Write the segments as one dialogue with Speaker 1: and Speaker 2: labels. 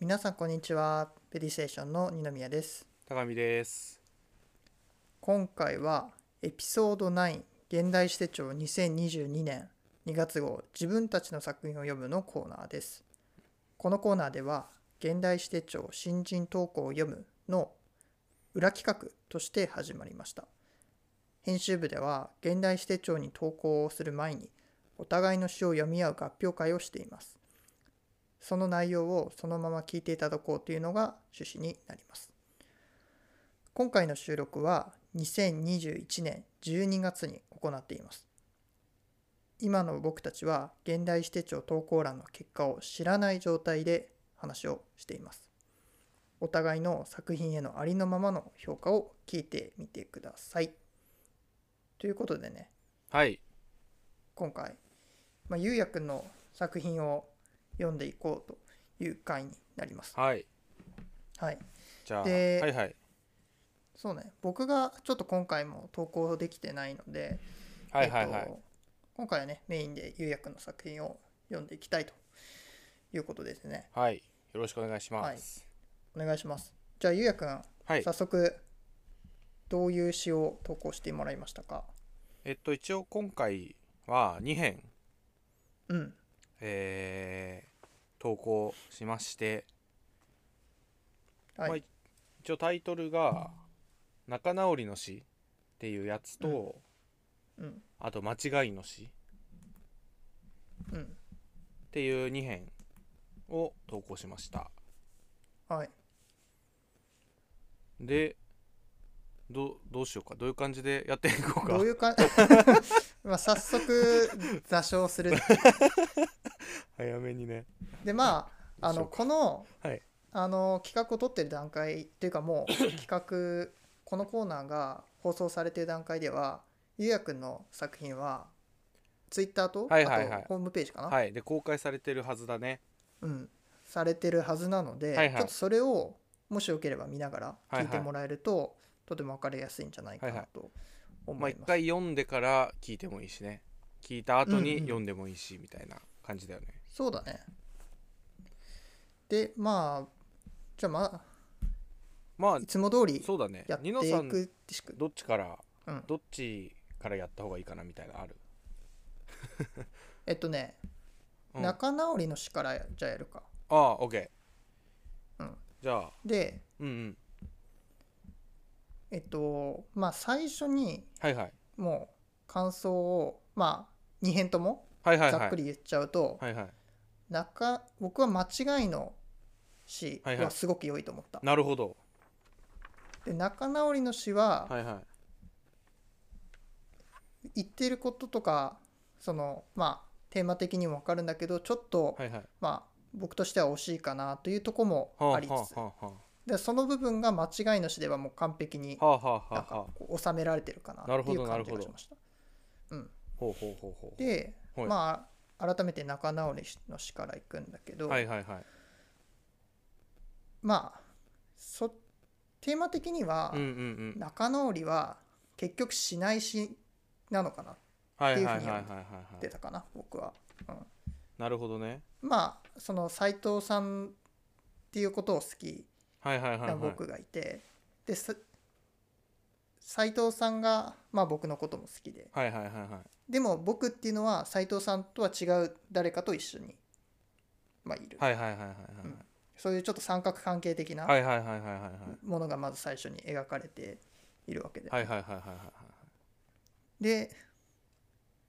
Speaker 1: 皆さんこんにちはペディステーションの二宮です
Speaker 2: 高見です。
Speaker 1: 今回はエピソード9現代史手帳2022年2月号自分たちの作品を読むのコーナーですこのコーナーでは現代史手帳新人投稿を読むの裏企画として始まりました編集部では現代史手帳に投稿をする前にお互いの詩を読み合う合評会をしていますその内容をそのまま聞いていただこうというのが趣旨になります今回の収録は2021年12月に行っています今の僕たちは現代史手帳投稿欄の結果を知らない状態で話をしていますお互いの作品へのありのままの評価を聞いてみてくださいということでね
Speaker 2: はい。
Speaker 1: 今回、まあ、ゆうやくんの作品を読んでいこうという回になります
Speaker 2: はい。
Speaker 1: はい
Speaker 2: じゃあ、は
Speaker 1: で
Speaker 2: いはい。
Speaker 1: そうね僕がちょっと今回も投稿できてないので
Speaker 2: はいはいは
Speaker 1: えっ
Speaker 2: い。
Speaker 1: と今回はねメインでゆうやくんの作品を読んでいきたいということですね
Speaker 2: はい。よろしくお願いします。
Speaker 1: お願いしますじゃあゆうやくん、
Speaker 2: はい。
Speaker 1: 早速どういう詩を投稿してもらいましたか
Speaker 2: えっと、一応今回は2編、
Speaker 1: うん
Speaker 2: えー投稿しまして、
Speaker 1: はい、
Speaker 2: まあ一応タイトルが、仲直りの詩っていうやつと、
Speaker 1: うん
Speaker 2: あと、間違いの詩っ
Speaker 1: うん
Speaker 2: ていう2編を投稿しました。
Speaker 1: はい
Speaker 2: で、どどうしようかどういう感じでやっていこうか
Speaker 1: どういうか まあ早速座礁する
Speaker 2: 早めにね
Speaker 1: でまああ
Speaker 2: ど
Speaker 1: の
Speaker 2: うしようか
Speaker 1: この
Speaker 2: はい
Speaker 1: あの企画を取ってる段階というかもう企 画このコーナーが放送されてる段階ではゆうやくんの作品はツイッターと、
Speaker 2: はいはいはい
Speaker 1: あとホームページかな、
Speaker 2: はいで公開されてるはずだね
Speaker 1: うん、されてるはずなので、
Speaker 2: はいはい
Speaker 1: ちょっとそれをもしよければ見ながら聞い
Speaker 2: はい
Speaker 1: て
Speaker 2: はい
Speaker 1: もらえると、とても分かりやすいんじゃないか
Speaker 2: はい
Speaker 1: な
Speaker 2: はい
Speaker 1: と
Speaker 2: ま
Speaker 1: 思
Speaker 2: あ
Speaker 1: い
Speaker 2: 一
Speaker 1: ます。
Speaker 2: 回読んでから聞いてもいいしね聞いた後
Speaker 1: うん
Speaker 2: に
Speaker 1: うん
Speaker 2: 読んでもいいしみたいな感じだよね、
Speaker 1: そうだねでまあじゃあま
Speaker 2: ま
Speaker 1: あ
Speaker 2: あ
Speaker 1: いつも通り
Speaker 2: そうだね
Speaker 1: やって
Speaker 2: ニノさ
Speaker 1: い
Speaker 2: ん
Speaker 1: くしく
Speaker 2: どっちから
Speaker 1: うん
Speaker 2: どっちからやった方がいいかなみたいなある、
Speaker 1: えっとね
Speaker 2: うん、あ
Speaker 1: 仲直りの詩からじゃあやるか。
Speaker 2: あオッケー、
Speaker 1: うん
Speaker 2: じゃあ
Speaker 1: で
Speaker 2: うんうん
Speaker 1: えっとまあ最初に
Speaker 2: はいはい
Speaker 1: もう感想をまあ2編とも
Speaker 2: はいはい
Speaker 1: ざ
Speaker 2: は
Speaker 1: っく
Speaker 2: い
Speaker 1: り言っちゃうと、
Speaker 2: はいはい
Speaker 1: 中僕は間違いの詩
Speaker 2: はいは
Speaker 1: はいすごく良いと思った、
Speaker 2: なるほど
Speaker 1: で仲直りの詩は
Speaker 2: はいはい
Speaker 1: 言ってることとかそのまあテーマ的にも分かるんだけどちょっと、
Speaker 2: はいはい
Speaker 1: まあ僕としては惜しいかなというとこも
Speaker 2: はあはあ
Speaker 1: ありつつ、
Speaker 2: はあは
Speaker 1: でその部分が間違いの詩ではもう完璧に
Speaker 2: あはあはあ
Speaker 1: なん
Speaker 2: はあ
Speaker 1: か
Speaker 2: はあ
Speaker 1: こう収められてるかな
Speaker 2: なる
Speaker 1: って
Speaker 2: ほ
Speaker 1: い
Speaker 2: ど
Speaker 1: う感じ
Speaker 2: な
Speaker 1: が
Speaker 2: る
Speaker 1: し
Speaker 2: ほど
Speaker 1: ました。うん、
Speaker 2: ほうほうほうほう
Speaker 1: で、
Speaker 2: はい
Speaker 1: まあ改めて仲直りの詩からいくんだけど、
Speaker 2: はいはいはい
Speaker 1: まあそテーマ的には、
Speaker 2: うんうんうん
Speaker 1: 仲直りは結局しない詩なのかなっ
Speaker 2: はいはい
Speaker 1: いうふうに
Speaker 2: はいはいはい
Speaker 1: 読ん
Speaker 2: は
Speaker 1: て
Speaker 2: い
Speaker 1: たかな、僕は。
Speaker 2: なるほどね
Speaker 1: まあその斎藤さんっていうことを好き
Speaker 2: はいはいはいは
Speaker 1: ない僕がいて、で斎藤さんが、まあ、僕のことも好きで
Speaker 2: はいはいはいはい
Speaker 1: でも僕っていうのは斎藤さんとは違う誰かと一緒に、まあ、いる、
Speaker 2: はいはいはいはいはい
Speaker 1: うんそういうちょっと三角関係的な
Speaker 2: はいはいはいはいはいはい
Speaker 1: ものがまず最初に描かれているわけで、
Speaker 2: はいはいはいはいはいはい
Speaker 1: で、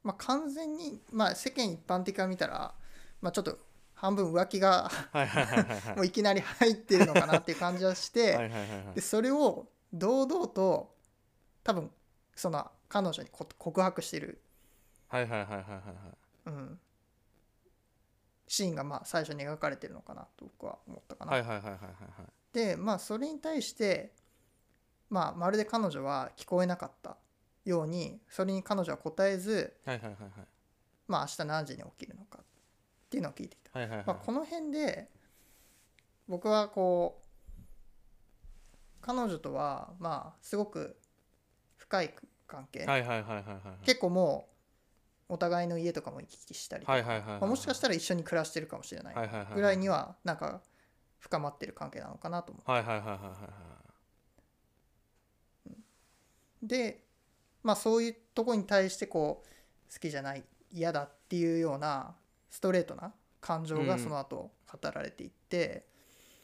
Speaker 1: まあ、完全に、まあ、世間一般的から見たら、まあ、ちょっと半分浮気が
Speaker 2: はいはいはいはいはい
Speaker 1: もういきなり入ってるのかなっていう感じはして、
Speaker 2: はいはいはいはい
Speaker 1: でそれを堂々と多分その彼女にこ告白してる、
Speaker 2: はいはいはいはいはいはい
Speaker 1: うん、シーンがまあ最初に描かれてるのかなと僕は思ったかな。
Speaker 2: はいはいはいはいはい
Speaker 1: でまあそれに対して、まあ、まるで彼女は聞こえなかったようにそれに彼女は答えず
Speaker 2: はいはいはいは
Speaker 1: まあ明日何時に起きるのかっていうのを聞いてきた、
Speaker 2: いはいはいはい
Speaker 1: まあ、この辺で僕はこう彼女とはまあすごく深い関係、
Speaker 2: はいはいはいはいはい
Speaker 1: 結構もうお互いの家とかも行き来したりとか、
Speaker 2: はいはいはいはいはい
Speaker 1: まあもしかしたら一緒に暮らしてるかもしれない
Speaker 2: はいはいはいはい
Speaker 1: ぐらいにはなんか深まってる関係なのかなと思
Speaker 2: はいはいはいはいはいは
Speaker 1: うでまあそういうとこに対してこう好きじゃない嫌だっていうようなストレートな感情
Speaker 2: う
Speaker 1: が
Speaker 2: ん
Speaker 1: その後語られていって、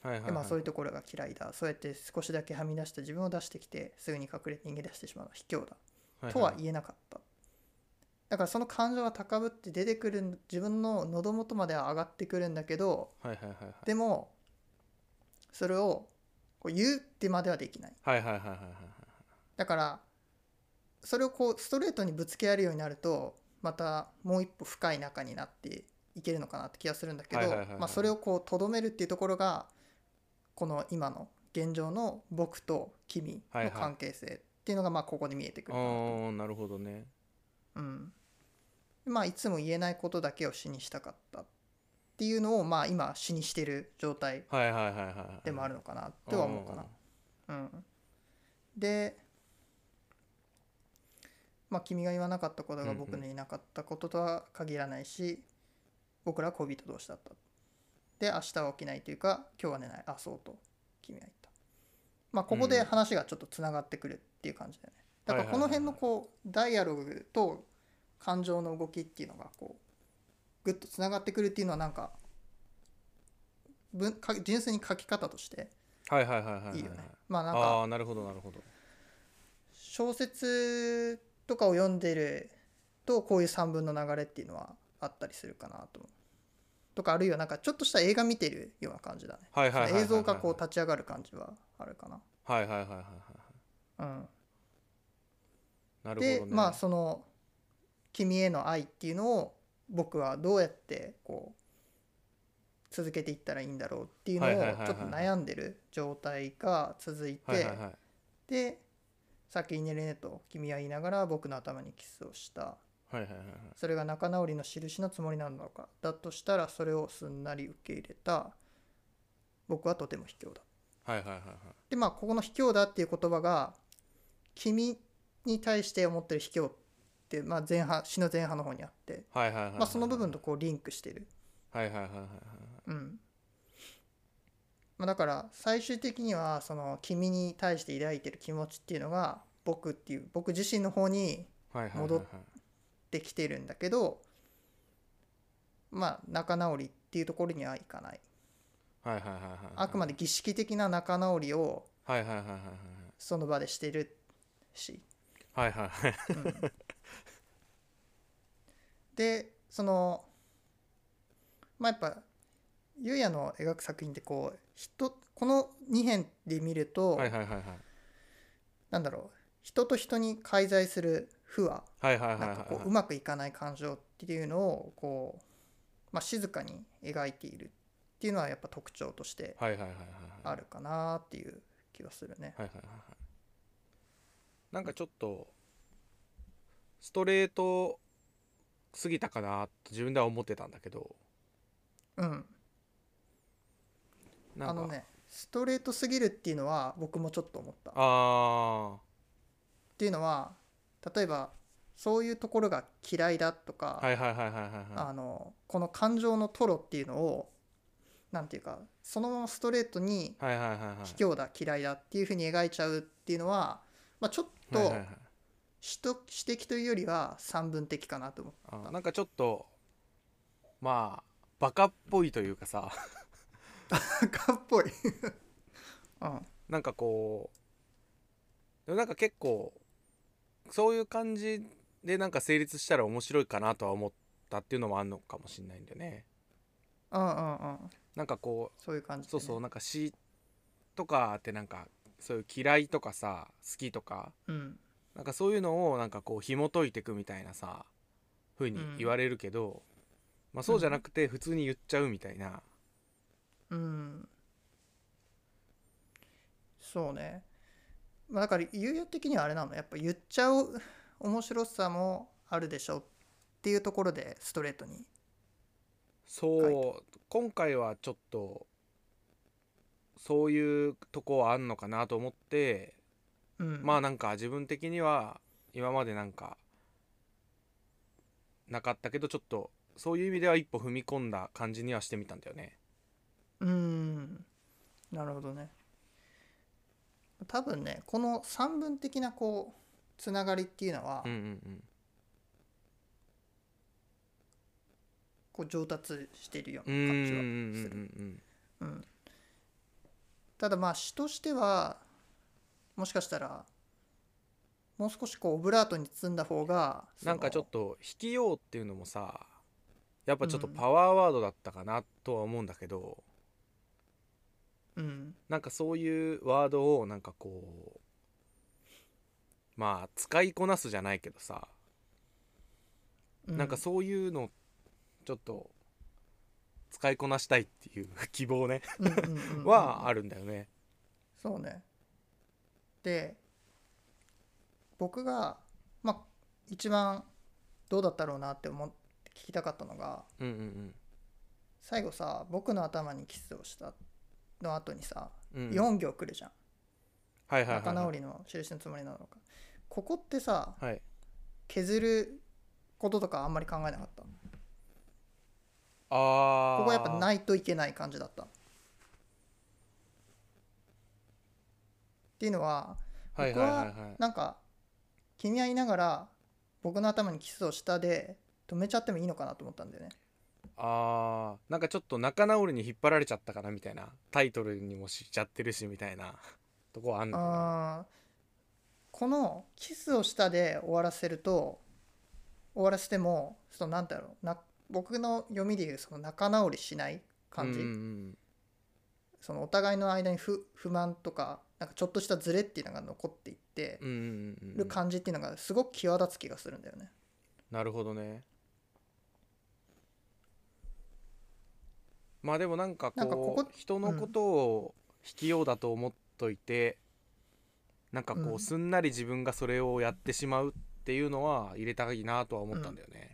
Speaker 2: いはいはい
Speaker 1: でまあ、そういう
Speaker 2: と
Speaker 1: ところが嫌いだそうやって少しだけはみ出した自分を出してきてすぐに隠れて逃げ出してしまうのは卑怯だとは言えなかった、だからその感情が高ぶって出てくるん自分の喉元までは上がってくるんだけど
Speaker 2: はいはいはいはい
Speaker 1: でもそれをこう言うってまではできない
Speaker 2: はいはいはいはいはい
Speaker 1: だからそれをこうストレートにぶつけ合えるようになるとまたもう一歩深い仲になっていけるのかなって気がするんだけ
Speaker 2: はい
Speaker 1: ど
Speaker 2: はいはいはい
Speaker 1: まあそれをこうとどめるっていうところがこの今の現状の僕と君の関係性っていうのがまあここで見えてくるかなと思う
Speaker 2: ああなるほどね
Speaker 1: うん、まあいつも言えないことだけを詩にしたかったっていうのをまあ今詩にしてる状態
Speaker 2: はいはいはいはいはい
Speaker 1: でもある
Speaker 2: の
Speaker 1: のかなとは思うかな。うん、でまあ君が言わなかったこと
Speaker 2: うんう
Speaker 1: が
Speaker 2: ん
Speaker 1: 僕の言えなかったこととは限らないし、僕らは恋人同士だった。で明日は起きないというか今日は寝ないあそうと君は言った。まあここ
Speaker 2: う
Speaker 1: で
Speaker 2: ん
Speaker 1: 話がちょっとつながってくるっていう感じだよね。だからこの辺のこうダイアログと感情の動きっていうのがこうグッとつながってくるっていうのはなんか文か純粋に書き方として
Speaker 2: はいはいはいはいはい
Speaker 1: いいよね。まあなんか
Speaker 2: ああーなるほどなるほど
Speaker 1: 小説とかを読んでるとこういう散文の流れっていうのはあったりするかなと思う。とかあるいはなんかちょっとした映画見てるような感じだね。
Speaker 2: はいはいはいはいはい
Speaker 1: 映像がこう立ち上がる感じはあるか
Speaker 2: はいはいはいはいはい
Speaker 1: な。うん、
Speaker 2: なるほど
Speaker 1: で
Speaker 2: ね
Speaker 1: まあその君への愛っていうのを僕はどうやってこう続けていったらいいんだろうっていうのを
Speaker 2: は
Speaker 1: ち
Speaker 2: いは
Speaker 1: ょ
Speaker 2: いはい
Speaker 1: っ
Speaker 2: はいはい
Speaker 1: と悩んでる状態が続い
Speaker 2: はい
Speaker 1: て
Speaker 2: はいはい
Speaker 1: で先に寝るねと君は言いながら僕の頭にキスをした
Speaker 2: はいはいはいはい
Speaker 1: それが仲直りの印のつもりなのかだとしたらそれをすんなり受け入れた僕はとても卑怯だ
Speaker 2: はいはいはいはい
Speaker 1: でまあここの卑怯だっていう言葉が君に対して思ってる卑怯って、まあ、前半詩の前半の方にあって、
Speaker 2: はいはいはいはい
Speaker 1: まあ、その部分とこうリンクしてる、
Speaker 2: はいはいはいはいはい
Speaker 1: うんまあ、だから最終的にはその君に対して抱いてる気持ちっていうのが僕っていう僕自身の方に
Speaker 2: はいはいはい
Speaker 1: 戻っできてるんだけどまあ仲直りっていうところにはいかない
Speaker 2: はいはいはいはいはい
Speaker 1: あくまで儀式的な仲直りを
Speaker 2: はいはいはいはい
Speaker 1: その場でしてるし
Speaker 2: はいはいはいはい
Speaker 1: でそのまあやっぱゆうやの描く作品ってこう人この2編で見ると、
Speaker 2: はいはいはいはい
Speaker 1: なんだろう人と人に介在する不和
Speaker 2: はいはいはい
Speaker 1: なんかこううまくいかない感情っていうのをこう、まあ、静かに描いているっていうのはやっぱ特徴として
Speaker 2: はいはいはいはい
Speaker 1: あるかなっていう気がするね。
Speaker 2: はいはいはいはいなんかちょっとストレートすぎたかなと自分では思ってたんだけど
Speaker 1: うん、
Speaker 2: なん
Speaker 1: あ
Speaker 2: か
Speaker 1: のねストレートすぎるっていうのは僕もちょっと思った。っ
Speaker 2: あ
Speaker 1: ていうのは例えばそういうところが嫌いだとか、
Speaker 2: ーはいはいはいはいはいは
Speaker 1: あのこの感情のトロっていうのをなんていうかそのままストレートに
Speaker 2: いはいはいはいはい
Speaker 1: 卑怯だ嫌いだっていうふうに描いちゃうっていうのは、まあ、ちょっ
Speaker 2: はい
Speaker 1: と
Speaker 2: はいはい
Speaker 1: 指摘指摘というよりは散文的かなと思
Speaker 2: あーなんかちょっとまあバカっぽいというかさ
Speaker 1: う。 かっぽい、うん
Speaker 2: なんかこうでもなんか結構そういう感じでなんか成立したら面白いかなとは思ったっていうのもあるのかもしれないんだよね
Speaker 1: うんうんうん
Speaker 2: なんかこ
Speaker 1: そういう感
Speaker 2: う
Speaker 1: じで
Speaker 2: そう
Speaker 1: ね、
Speaker 2: そうなんか詩とかってなんかそういう嫌いとかさ好きとか
Speaker 1: うん
Speaker 2: なんかそういうのをなんかこう紐解いていくみたいなさふうに言われるけど、まあそうじゃなくて普通に言っちゃうみたいな、
Speaker 1: うんそうねまあだから有用的にはあれなのやっぱ言っちゃう面白さもあるでしょっていうところでストレートに
Speaker 2: そう今回はちょっとそういうとこはあんのかなと思って、
Speaker 1: うん
Speaker 2: まあなんか自分的には今までなんかなかったけどちょっとそういう意味では一歩踏み込んだ感じにはしてみたんだよね。
Speaker 1: うんなるほどね多分ねこの散文的なこうつながりっていうのは、
Speaker 2: うんうん
Speaker 1: こう上達してるよう
Speaker 2: うんう
Speaker 1: なん
Speaker 2: うん
Speaker 1: 感
Speaker 2: う
Speaker 1: じは
Speaker 2: ん
Speaker 1: す
Speaker 2: う
Speaker 1: る、
Speaker 2: ん
Speaker 1: うん、ただまあ詩としてはもしかしたらもう少しこうオブラートに包んだ方が
Speaker 2: うんなんかちょっ
Speaker 1: と
Speaker 2: と「引きよう」っていうのもさやっぱちょっと
Speaker 1: うん
Speaker 2: パワーワードだったかなとは思うんだけど、
Speaker 1: うん
Speaker 2: なんかそういうワードをなんかこうまあ使いこなすじゃないけどさ、
Speaker 1: う
Speaker 2: なんかそういうのちょっと使いこなしたいっていう希望ね、
Speaker 1: うんうんうんうんうん
Speaker 2: はあるんだよね。
Speaker 1: そうね。で、僕が、まあ、一番どうだったろうなって思って聞きたかったのが、
Speaker 2: うんうん
Speaker 1: 最後さ、僕の頭にキスをしたの後にさ、
Speaker 2: うんうん、
Speaker 1: 4行くるじゃん。
Speaker 2: はいはいは
Speaker 1: 仲
Speaker 2: い
Speaker 1: 直
Speaker 2: は
Speaker 1: りの印のつもりなのか。ここってさ、
Speaker 2: い、はい、
Speaker 1: 削ることとかあんまり考えなかった。こ
Speaker 2: ああ
Speaker 1: こはやっぱないといけない感じだった。っていうのは、
Speaker 2: はいはいはいはい
Speaker 1: なんか君は言いながら僕の頭にキスをしたで止めちゃってもいいのかなと思ったんだよね
Speaker 2: あーなんかちょっと仲直りに引っ張られちゃったかなみたいなタイトルにもしちゃってるしみたいなとこはあんのかな
Speaker 1: あーこのキスをしたで終わらせると終わらせてもそのなんだろうな僕の読みでいうその仲直りしない感じ、
Speaker 2: うんうん
Speaker 1: そのお互いの間に不不満とかなんかちょっとしたズレっていうのが残っていって
Speaker 2: うんうんうんうんうん
Speaker 1: る感じっていうのがすごく際立つ気がするんだよね。
Speaker 2: なるほどねまあでもなんかこう
Speaker 1: なんかここ
Speaker 2: 人のことを引きようだと思っといて、なんかこ
Speaker 1: う
Speaker 2: うんすんなり自分がそれをやってしまうっていうのは入れたいなとは思ったんだよね、だか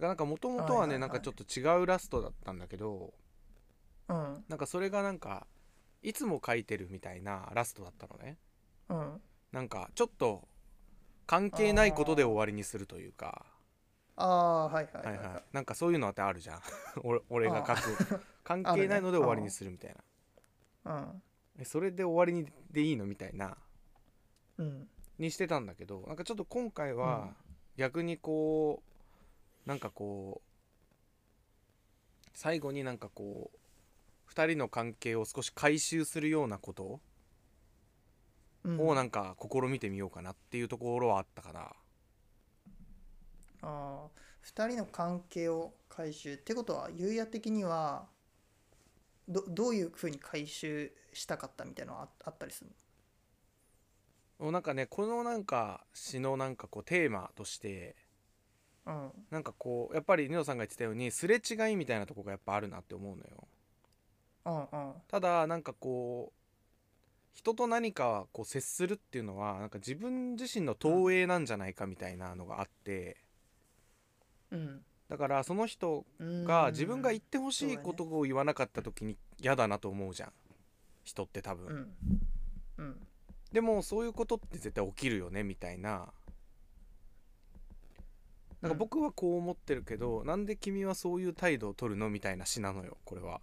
Speaker 2: らなんかもともと
Speaker 1: は
Speaker 2: はい
Speaker 1: はいは
Speaker 2: ね
Speaker 1: い
Speaker 2: なんかちょっと違うラストだったんだけど
Speaker 1: うん
Speaker 2: なんかそれがなんかいつも書いてるみたいなラストだったのね
Speaker 1: うん、
Speaker 2: なんかちょっと関係ないことで終わりにするというか
Speaker 1: ああはいはい
Speaker 2: は
Speaker 1: はいい、
Speaker 2: は
Speaker 1: はいい、
Speaker 2: なんかそういうのってあるじゃん 俺俺が書 く関
Speaker 1: ある
Speaker 2: 係
Speaker 1: ね
Speaker 2: ないので終わりにするみたいな、
Speaker 1: うん
Speaker 2: えそれで終わりにでいいのみたいな
Speaker 1: うん
Speaker 2: にしてたんだけどなんかちょっと今回は逆にこうなんかこう最後になんかこう2人の関係を少し回収するようなこと
Speaker 1: うん
Speaker 2: をなんか試みてみようかなっていうところはあったかな、
Speaker 1: あ2人の関係を回収ってことは優也的にはどどういうふうに回収したかったみたいなのはああったりする
Speaker 2: もうなんかねこのなんか詩のなんかこうテーマとして
Speaker 1: の
Speaker 2: なんかこうやっぱりニノさんが言ってたようにすれ違いみたいなとこがやっぱあるなって思うのよ
Speaker 1: うんうんうん
Speaker 2: ただなんかこう人と何かこう接するっていうのはなんか自分自身の投影なんじゃないかみたいなのがあって
Speaker 1: うん
Speaker 2: だからその人
Speaker 1: うん
Speaker 2: が自分が言ってほしいことを言わなかった時に嫌だなと思うじゃん人って多
Speaker 1: う
Speaker 2: 分
Speaker 1: んうん
Speaker 2: でもそういうことって絶対起きるよねみたいななんか僕はこう思ってるけどなんで君はそういう態度を取るのみたいな詩なのよこれは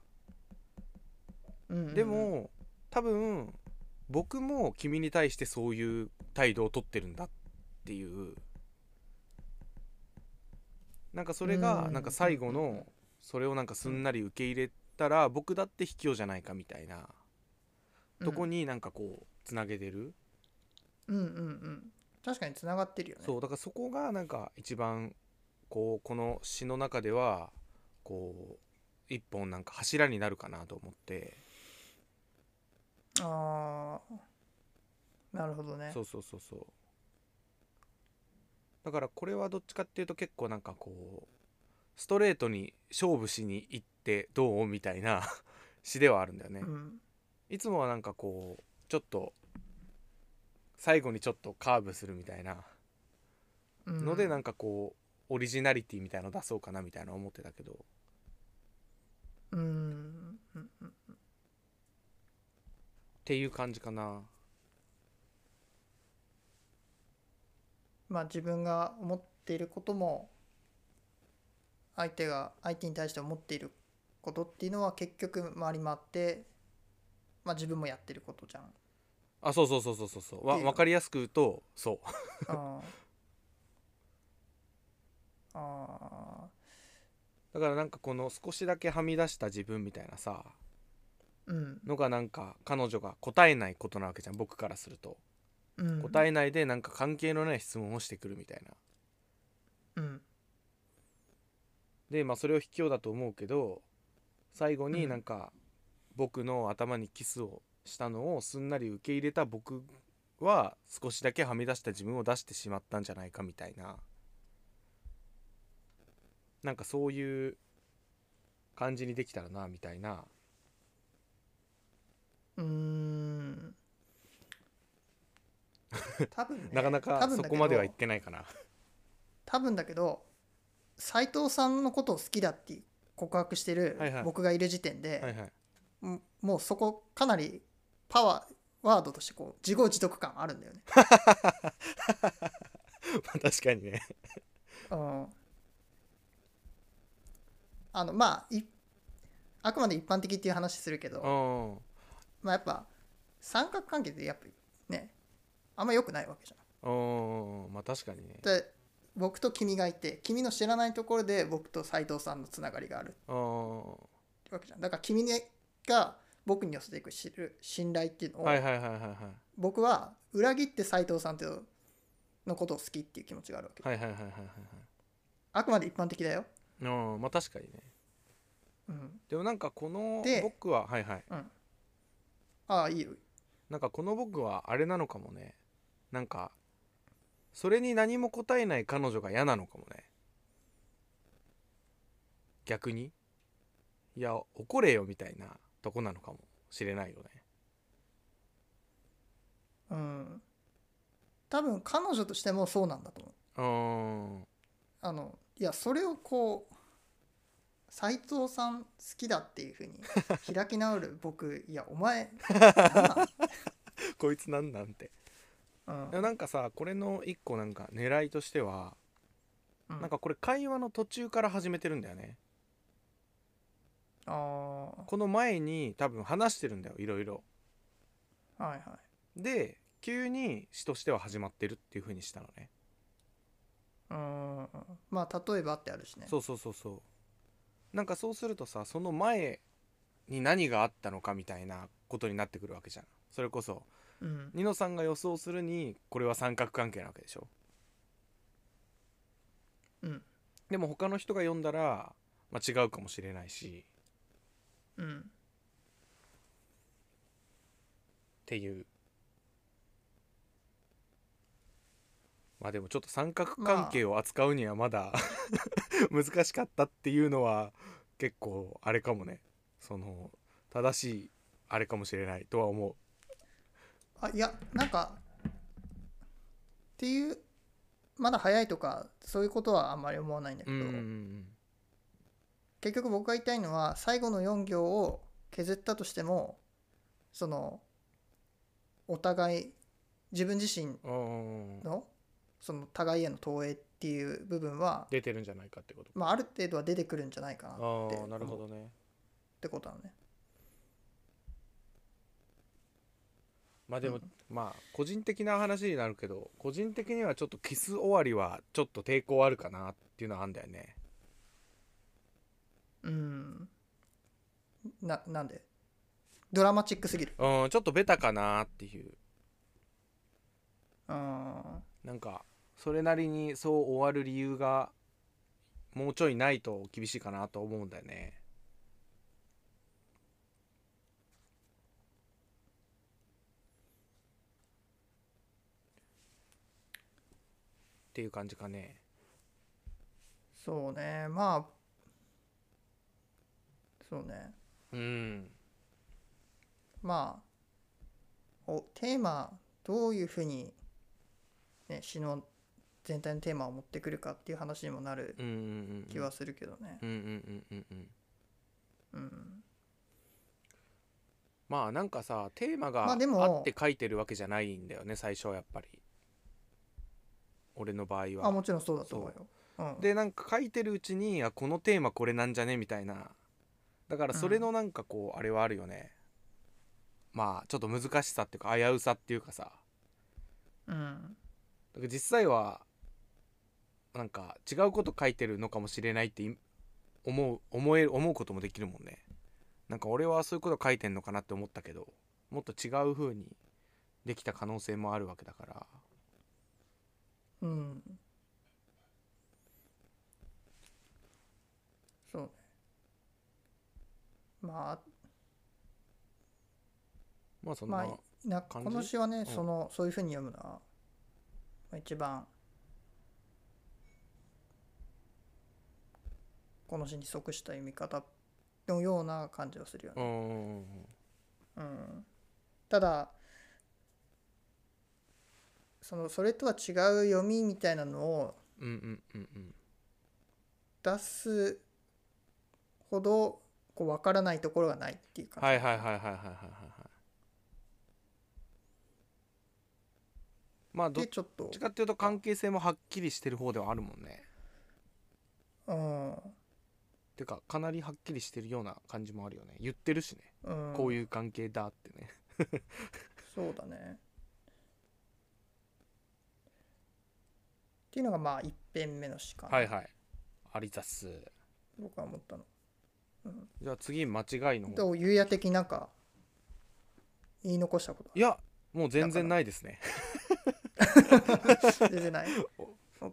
Speaker 1: うんうんうん
Speaker 2: でも多分僕も君に対してそういう態度を取ってるんだっていうなんかそれが
Speaker 1: うん
Speaker 2: なんか最後
Speaker 1: うんうんう
Speaker 2: の
Speaker 1: ん
Speaker 2: それをなんかすんなり受け入れたら僕だって卑怯じゃないかみたいなとこになんかこうつなげてる
Speaker 1: うんうんうん確かにつながってるよね
Speaker 2: そうだからそこがなんか一番こうこの詩の中ではこう一本なんか柱になるかなと思って
Speaker 1: ああなるほどね
Speaker 2: そうそうそうそうだからこれはどっちかっていうと結構なんかこうストレートに勝負しに行ってどうみたいな 詩ではあるんだよね、
Speaker 1: うん
Speaker 2: いつもはなんかこうちょっと最後にちょっとカーブするみたいな
Speaker 1: うん
Speaker 2: のでなんかこうオリジナリティみたいの出そうかなみたいな思ってたけど
Speaker 1: うんうんうんうん
Speaker 2: っていう感じかな
Speaker 1: まあ、自分が思っていることも相手が相手に対して思っていることっていうのは結局回り回って、まあ、自分もやってること じゃん。
Speaker 2: あそうそうそうそうそうそうわ
Speaker 1: っていう
Speaker 2: 分かりやすく言うとそう
Speaker 1: あーあ
Speaker 2: だからなんかこの少しだけはみ出した自分みたいなさ
Speaker 1: ーうん
Speaker 2: のがなんか彼女が答えないことなわけじゃん僕からすると
Speaker 1: うん
Speaker 2: 答えないでなんか関係のない質問をしてくるみたいな
Speaker 1: うん
Speaker 2: でまあそれを卑怯だと思うけど最後
Speaker 1: う
Speaker 2: に
Speaker 1: ん
Speaker 2: なんか僕の頭にキスをしたのをすんなり受け入れた僕は少しだけはみ出した自分を出してしまったんじゃないかみたいななんかそういう感じにできたらなみたいな
Speaker 1: うーん多分ね
Speaker 2: なかなか
Speaker 1: 多分だ
Speaker 2: そ
Speaker 1: け
Speaker 2: こ
Speaker 1: ど
Speaker 2: まではいってないかな。
Speaker 1: 多分だけど斎藤さんのことを好きだって告白してる
Speaker 2: はいはい
Speaker 1: 僕がいる時点で、
Speaker 2: はいはい、
Speaker 1: ももうそこかなりパワーワードとしてこう自業自得感あるんだよね。
Speaker 2: まあ確かにね。
Speaker 1: うん、あのまあいあくまで一般的っていう話するけど、
Speaker 2: うん
Speaker 1: まあ、やっぱ三角関係ってやっぱねあんま良くないわけじゃん。
Speaker 2: うんまあ確かにね。
Speaker 1: で僕と君がいて君の知らないところで僕と斎藤さんのつながりがある
Speaker 2: うん
Speaker 1: わけじゃんだから君が僕に寄せていく知る信頼っていうのを、
Speaker 2: はいはいはいはいはい
Speaker 1: 僕は裏切って斎藤さんとのことを好きっていう気持ちがあるわけ、
Speaker 2: はいはいはいはいはい
Speaker 1: あくまで一般的だよ、
Speaker 2: はい。うんまあ確かにね。
Speaker 1: うん、
Speaker 2: でもなんかこの
Speaker 1: で
Speaker 2: 僕ははいはい
Speaker 1: ああいいよ
Speaker 2: なんかこの僕はあれなのかもねなんかそれに何も答えない彼女が嫌なのかもね逆にいや怒れよみたいなとこなのかもしれないよね
Speaker 1: うん多分彼女としてもそうなんだと思う
Speaker 2: うーん
Speaker 1: あのいやそれをこう斎藤さん好きだっていうふうに開き直る僕いやお前なん
Speaker 2: こいつなんなんて
Speaker 1: なん、
Speaker 2: でもなんかさこれの一個なんか狙いとしては
Speaker 1: うん、
Speaker 2: なんかこれ会話の途中から始めてるんだよね
Speaker 1: あー
Speaker 2: この前に多分話してるんだよいろいろ
Speaker 1: はいはい
Speaker 2: で急に詩としては始まってるっていう風にしたのね
Speaker 1: うんまあ例えばってあるしね
Speaker 2: そうそうそうそうなんかそうするとさその前に何があったのかみたいなことになってくるわけじゃんそれこそ
Speaker 1: うん
Speaker 2: ニノさんが予想するにこれは三角関係なわけでしょ
Speaker 1: うん
Speaker 2: でも他の人が読んだら、まあ、違うかもしれないしっ
Speaker 1: うん
Speaker 2: ていうまあでもちょっと三角関係を扱うにはまだ 難しかったっていうのは結構あれかもねその正しいあれかもしれないとは思う
Speaker 1: あいやなんかっていうまだ早いとかそういうことはあんまり思わないんだけ
Speaker 2: う
Speaker 1: ど、
Speaker 2: んうんうん
Speaker 1: 結局僕が言いたいのは最後の4行を削ったとしてもそのお互い自分自身
Speaker 2: うん
Speaker 1: のその互いへの投影っていう部分は、
Speaker 2: 出てるんじゃないかってこと
Speaker 1: まあ、ある程度は出てくるんじゃないかなって
Speaker 2: ああなる
Speaker 1: 思
Speaker 2: ほ
Speaker 1: うっ
Speaker 2: どね
Speaker 1: てことなのね。
Speaker 2: まあでも、
Speaker 1: うん
Speaker 2: まあ個人的な話になるけど個人的にはちょっとキス終わりはちょっと抵抗あるかなっていうのはあんだよね
Speaker 1: うんななんでドラマチックすぎる。
Speaker 2: うんちょっとベタかなっていう
Speaker 1: うん
Speaker 2: なんかそれなりにそう終わる理由がもうちょいないと厳しいかなと思うんだよねっていう感じかね
Speaker 1: そうねまあそうね
Speaker 2: うん
Speaker 1: まあおテーマどういうふうに、ね、詩の全体のテーマを持ってくるかっていう話にもなる
Speaker 2: うんうんうん
Speaker 1: 気はするけどね
Speaker 2: うんうんうんうんうん
Speaker 1: うん
Speaker 2: まあなんかさテーマ
Speaker 1: ま
Speaker 2: があ
Speaker 1: あでも
Speaker 2: って書いてるわけじゃないんだよね最初はやっぱり俺の場合
Speaker 1: あ
Speaker 2: は
Speaker 1: もちろんそうだと思うようん
Speaker 2: でなんか書いてるうちにあこのテーマこれなんじゃねみたいなだからそれのなんかこうあれはあるよね、まあちょっと難しさっていうか危うさっていうかさだ
Speaker 1: うん
Speaker 2: から実際はなんか違うこと書いてるのかもしれないってい思う思え思うこともできるもんねなんか俺はそういうこと書いてんのかなって思ったけどもっと違う風にできた可能性もあるわけだから
Speaker 1: うんそうねま
Speaker 2: まあそ
Speaker 1: あ
Speaker 2: んな、
Speaker 1: まあな
Speaker 2: 感
Speaker 1: こ
Speaker 2: じ
Speaker 1: の詩はね、
Speaker 2: ん
Speaker 1: そのそういうふうに読むのは、まあ、一番この詩に即した読み方のような感じはするよ
Speaker 2: う
Speaker 1: ね。
Speaker 2: んうんうんうん
Speaker 1: うん、ただそのそれとは違う読みみたいなのを
Speaker 2: うんうんうんうん
Speaker 1: 出すほどこう分からないところがないっていうか、
Speaker 2: はいはいはいはいはいはいはいはいまあどっ
Speaker 1: でちょっと
Speaker 2: ち、かっていうと関係性もはっきりしてる方ではあるもんね
Speaker 1: うん
Speaker 2: てかかなりはっきりしてるような感じもあるよね言ってるしね、
Speaker 1: うん、
Speaker 2: こういう関係だってね
Speaker 1: そうだね。っていうのがまあ一編目の詩かな、
Speaker 2: はいはいありざっす
Speaker 1: 僕は思ったの。
Speaker 2: じゃあ次間違いの方
Speaker 1: とゆうや的になんか言い残したこと
Speaker 2: いやもう全然ないですね
Speaker 1: は 出てない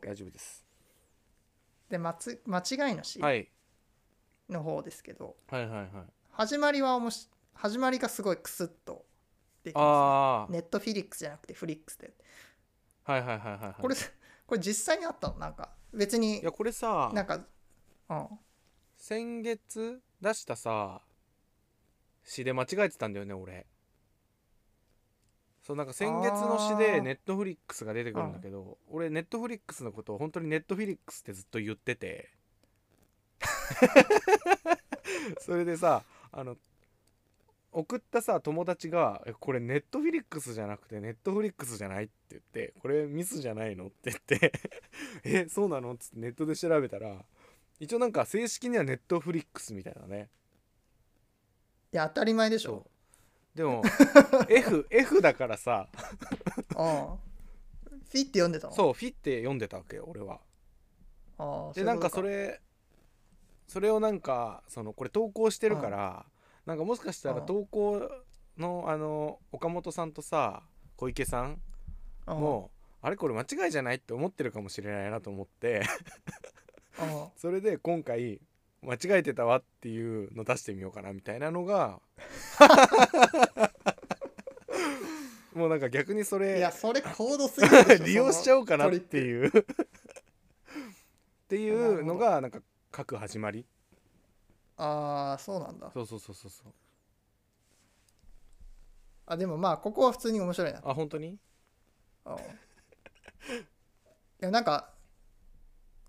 Speaker 2: 大丈夫です、
Speaker 1: でまつ間違いの詩
Speaker 2: はい、
Speaker 1: の方ですけど、
Speaker 2: はいはいはい
Speaker 1: 始まりはおもし始まりがすごいクスッとできま
Speaker 2: あ
Speaker 1: すネットフィリックスじゃなくてフリックスで
Speaker 2: あはいはいはいはいはい
Speaker 1: これ、これ実際にあったのなんか別に
Speaker 2: いやこれさ
Speaker 1: なんかうん
Speaker 2: 先月出したさ詩で間違えてたんだよね俺そうなんか先月の詩
Speaker 1: あ
Speaker 2: で
Speaker 1: ー
Speaker 2: ネットフリックスが出てくるんだけど俺ネットフリックスのことを本当にネットフィリックスってずっと言って てそれでさあの送ったさ友達がえ「これネットフィリックスじゃなくてネットフリックスじゃない?」って言って「これミスじゃないの?」って言って「えそうなの?」っつってネットで調べたら一応なんか正式にはネットフリックスみたいなね
Speaker 1: いや当たり前でしょ
Speaker 2: そうでも F, F だか らさ
Speaker 1: うんフィって読んでたのう
Speaker 2: そう「フィ」って読んでたわけよ俺は
Speaker 1: ああ
Speaker 2: でなんかそれそれをなんかそのこれ投稿してるから、なんかもしかしたら
Speaker 1: うん
Speaker 2: 投稿のあの岡本さんとさ小池さんも、あれこれ間違いじゃないって思ってるかもしれないなと思って
Speaker 1: うんうん
Speaker 2: それで今回間違えてたわっていうの出してみようかなみたいな のがもうなんか逆にそ
Speaker 1: いや
Speaker 2: れ
Speaker 1: それ高度すぎるでしょ
Speaker 2: 利用しちゃおうかなっ
Speaker 1: その
Speaker 2: ていう っていうのがなんか書く始まり
Speaker 1: ああそうなんだ
Speaker 2: そうそうそうそうそう
Speaker 1: あでもまあここは普通に面白いな
Speaker 2: あ本当に
Speaker 1: うんいやなんか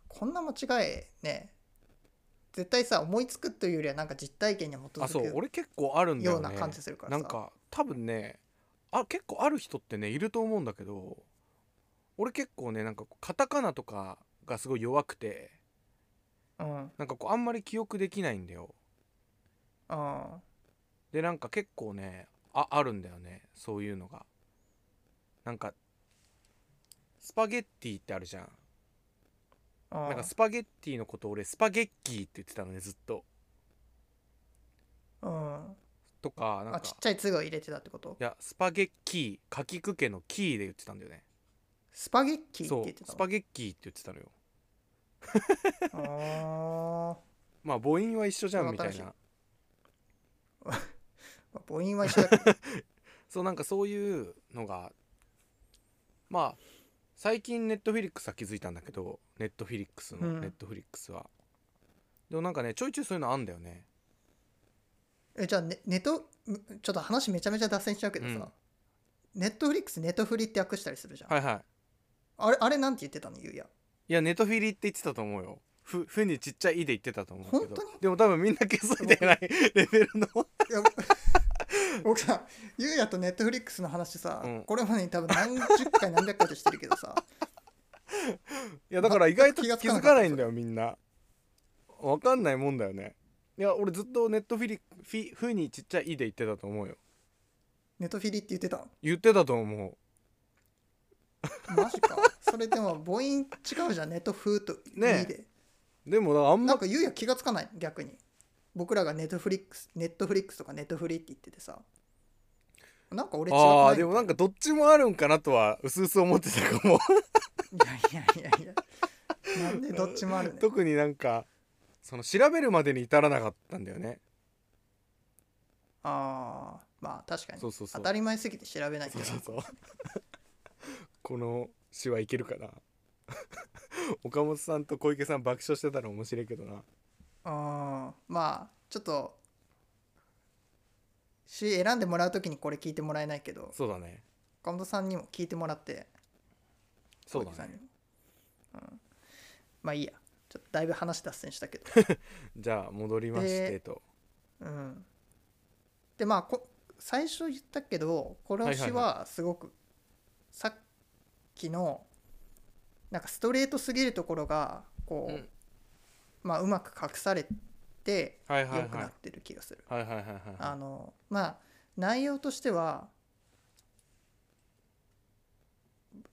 Speaker 1: こんな間違えね絶対さ思いつくというよりはなんか実体験に基
Speaker 2: あそう
Speaker 1: づ
Speaker 2: 俺結構あるん
Speaker 1: く
Speaker 2: だ
Speaker 1: よ
Speaker 2: よ
Speaker 1: うな
Speaker 2: ね
Speaker 1: 感じするから
Speaker 2: な
Speaker 1: さ
Speaker 2: んか多分ねあ結構ある人ってねいると思うんだけど俺結構ねなんかこうカタカナとかがすごい弱くて
Speaker 1: うん
Speaker 2: なんかこうあんまり記憶できないんだよ
Speaker 1: うん
Speaker 2: でなんか結構ねああるんだよねそういうのがなんかスパゲッティってあるじゃん
Speaker 1: うん
Speaker 2: なんかスパゲッティのこと俺スパゲッキーって言ってたのねずっと
Speaker 1: うん
Speaker 2: とかなん
Speaker 1: あ
Speaker 2: か
Speaker 1: ちっちゃい「つ」が入れてたってこと
Speaker 2: いやスパゲッキーかきくけのキーで言ってたんだよね
Speaker 1: スパゲッキー
Speaker 2: そ
Speaker 1: っ
Speaker 2: う
Speaker 1: て言ってた
Speaker 2: ス
Speaker 1: の
Speaker 2: パゲッキーって言ってたのよ
Speaker 1: あ
Speaker 2: まあ母音は一緒じゃんみたい
Speaker 1: 新しい
Speaker 2: な
Speaker 1: ー母音は一緒だけど
Speaker 2: そうなんかそういうのがまあ最近ネットフィリックスは気づいたんだけどネットフィリックス
Speaker 1: う
Speaker 2: の
Speaker 1: ん
Speaker 2: ネットフィリックスは、でもなんかねちょいちょいそういうのあんだよね
Speaker 1: えじゃあネネトちょっと話めちゃめちゃ脱線しちゃうけどさ、ネットフリックスネトフリって訳したりするじゃん、
Speaker 2: はいはい
Speaker 1: あれあれなんて言ってたのゆうや
Speaker 2: いやネトフィリって言ってたと思うよふふにちっちゃい「い」で言ってたと思うけど
Speaker 1: 本当に
Speaker 2: でも多分みんな気づいてないレベルの
Speaker 1: いや僕さゆうやとネットフリックスの話さ、
Speaker 2: うん
Speaker 1: これまでに多分何十回何百回としてるけどさ
Speaker 2: いやだから意外と気
Speaker 1: 全く気がつかなかっ
Speaker 2: づか
Speaker 1: た
Speaker 2: ないんだよみんなわかんないもんだよねいや俺ずっとネットフィリフィフにちっちゃい「い」で言ってたと思うよ
Speaker 1: ネトフィリって言ってた
Speaker 2: 言ってたと思う
Speaker 1: マジかそれでも母音違うじゃんネトフーといい
Speaker 2: ねえ
Speaker 1: で
Speaker 2: でもなあん
Speaker 1: な
Speaker 2: ま
Speaker 1: んかゆうや気がつかない逆に僕らがネットフリックスネットフリックスとかネットフリって言っててさなんか俺違くない
Speaker 2: ああーでもなんかどっちもあるんかなとはうすうす思ってたかも
Speaker 1: いやいやいやいやなんでどっちもあるね
Speaker 2: 特になんかその調べるまでに至らなかったんだよね
Speaker 1: ああまあ確かに
Speaker 2: そうそうそ
Speaker 1: 当
Speaker 2: う
Speaker 1: たり前すぎて調べないけ
Speaker 2: そ
Speaker 1: ど
Speaker 2: うそうそう この詩はいけるかな 岡本さんと小池さん爆笑してたら面白いけどな
Speaker 1: うんまあちょっとし選んでもらう時にこれ聞いてもらえないけど
Speaker 2: そうだね
Speaker 1: 岡本さんにも聞いてもらって
Speaker 2: そう
Speaker 1: 小池
Speaker 2: だ
Speaker 1: さんに
Speaker 2: ね
Speaker 1: もうんまあいいやちょっとだいぶ話脱線したけど
Speaker 2: じゃあ戻りましてと、
Speaker 1: うんでまあこ最初言ったけどこの
Speaker 2: は
Speaker 1: 詩
Speaker 2: いはい
Speaker 1: はすごくさっきのなんかストレートすぎるところがこう、
Speaker 2: うん
Speaker 1: まあうまく隠されて
Speaker 2: はい
Speaker 1: 良
Speaker 2: はいはい
Speaker 1: くなってる気がする。
Speaker 2: はいはいはい
Speaker 1: あ
Speaker 2: は
Speaker 1: のまあ内容としては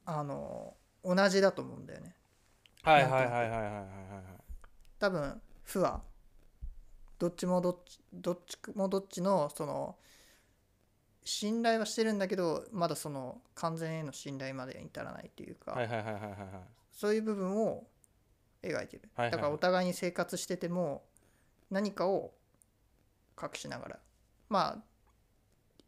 Speaker 1: あの同じだと思うんだよね
Speaker 2: いはいはいはいはいはいはいはい
Speaker 1: 多分「負はどっちもどっちどっちもどっちのその信頼はしてるんだけどまだその完全への信頼までに至らないっていうか、
Speaker 2: はいはいはいはいはいはい
Speaker 1: そういう部分を描いてる、
Speaker 2: はいはい
Speaker 1: だからお互いに生活してても何かを隠しながらまあ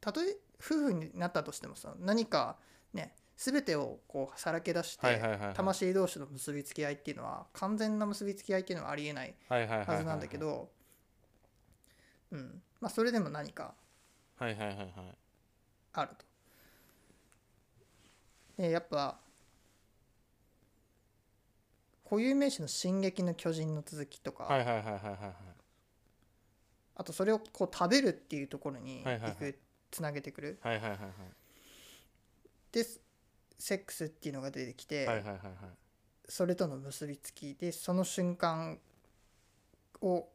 Speaker 1: たとえ夫婦になったとしてもさ何かね全てをこうさらけ出して、
Speaker 2: はいはいはいはい
Speaker 1: 魂同士の結びつき合いっていうのは完全な結びつき合いっていうのはありえない
Speaker 2: はいはいはい
Speaker 1: はずなんだけど、うんまあそれでも何か
Speaker 2: はいはいはいはい
Speaker 1: あると。でやっぱ固有名詞の「進撃の巨人」の続きとか、
Speaker 2: はいはいはいはいはいは
Speaker 1: あとそれをこう食べるっていうところに
Speaker 2: はいはいはい
Speaker 1: 行くつなげてくる。
Speaker 2: いはいはいはい
Speaker 1: でセックスっていうのが出てきて、
Speaker 2: はいはいはいはい
Speaker 1: それとの結びつきでその瞬間を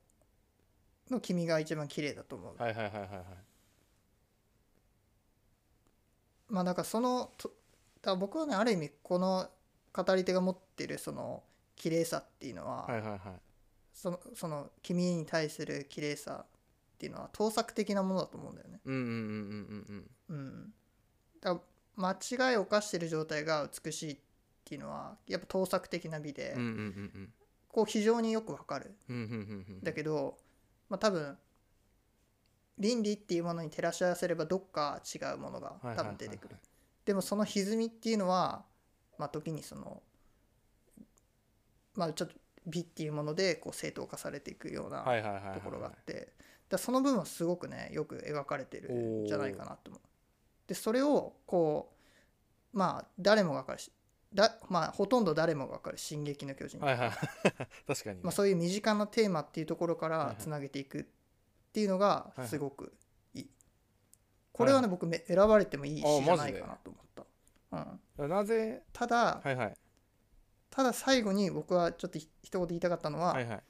Speaker 1: の君が一番綺麗だと思う。
Speaker 2: はいはいはいはいはい
Speaker 1: まあなんかそのとだから僕はねある意味この語り手が持ってるその綺麗さっていうのは、
Speaker 2: はいはいはい
Speaker 1: そのその君に対する綺麗さっていうのは盗作的なものだと思うんだよね。
Speaker 2: うんうんうんうんうんうん
Speaker 1: うん、だから間違いを犯してる状態が美しいっていうのはやっぱ盗作的な美で、
Speaker 2: うんうんうん
Speaker 1: こう非常によくわかる
Speaker 2: うんうんうんうんうん
Speaker 1: だけど、まあ、多分倫理っていうものに照らし合わせればどっか違うものが
Speaker 2: はいはい
Speaker 1: 多
Speaker 2: はい
Speaker 1: 分
Speaker 2: はい
Speaker 1: 出てくる。でもその歪みっていうのは、まあ、時にそのまあちょっと美っていうものでこう正当化されていくような。
Speaker 2: はいはいはいはい
Speaker 1: ところがあって、だからその部分はすごくねよく描かれてるんじゃないかなと思う。でそれをこうまあ誰もが分かるしだまあほとんど誰もが分かる「進撃の巨人」
Speaker 2: はいはい確かにね
Speaker 1: まあ、そういう身近なテーマっていうところか
Speaker 2: はいは
Speaker 1: ら
Speaker 2: い
Speaker 1: つなげていくっていうのが
Speaker 2: はいはい
Speaker 1: すごくいい。これはね僕め選ばれてもいい
Speaker 2: あ
Speaker 1: 詩じゃ
Speaker 2: マ
Speaker 1: な
Speaker 2: ジ
Speaker 1: い
Speaker 2: で
Speaker 1: かなと思った。うん、
Speaker 2: なぜ
Speaker 1: ただ、
Speaker 2: はいはい
Speaker 1: ただ最後に僕はちょっとひ一言言いたかったのは、
Speaker 2: はいはい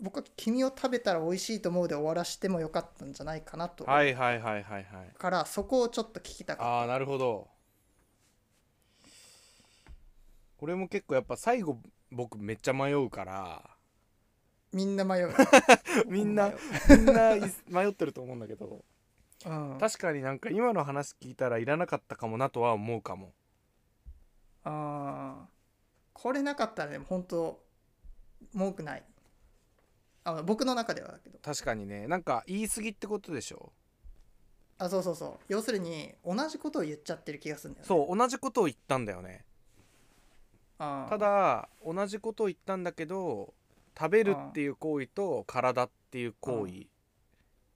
Speaker 1: 僕は「君を食べたら美味しいと思う」で終わらしてもよかったんじゃないかなと
Speaker 2: はいはいはいはいはい
Speaker 1: からそこをちょっと聞きたかっ
Speaker 2: ああなるほど俺も結構やっぱ最後僕めっちゃ迷うから
Speaker 1: たみんな迷う
Speaker 2: みんなみんない 迷ってると思うんだけど
Speaker 1: うん、あ
Speaker 2: 確かになんか今の話聞いたらいらなかったかもなとは思うかも
Speaker 1: あーこれなかったらね本当文句ないあ僕の中ではだけど
Speaker 2: 確かにねなんか言い過ぎってことでしょ
Speaker 1: あそうそうそう要するに同じことを言っちゃってる気がするんだよね
Speaker 2: そう同じことを言ったんだよね
Speaker 1: あー
Speaker 2: ただ同じことを言ったんだけど食べるっていう行為と体っていう行為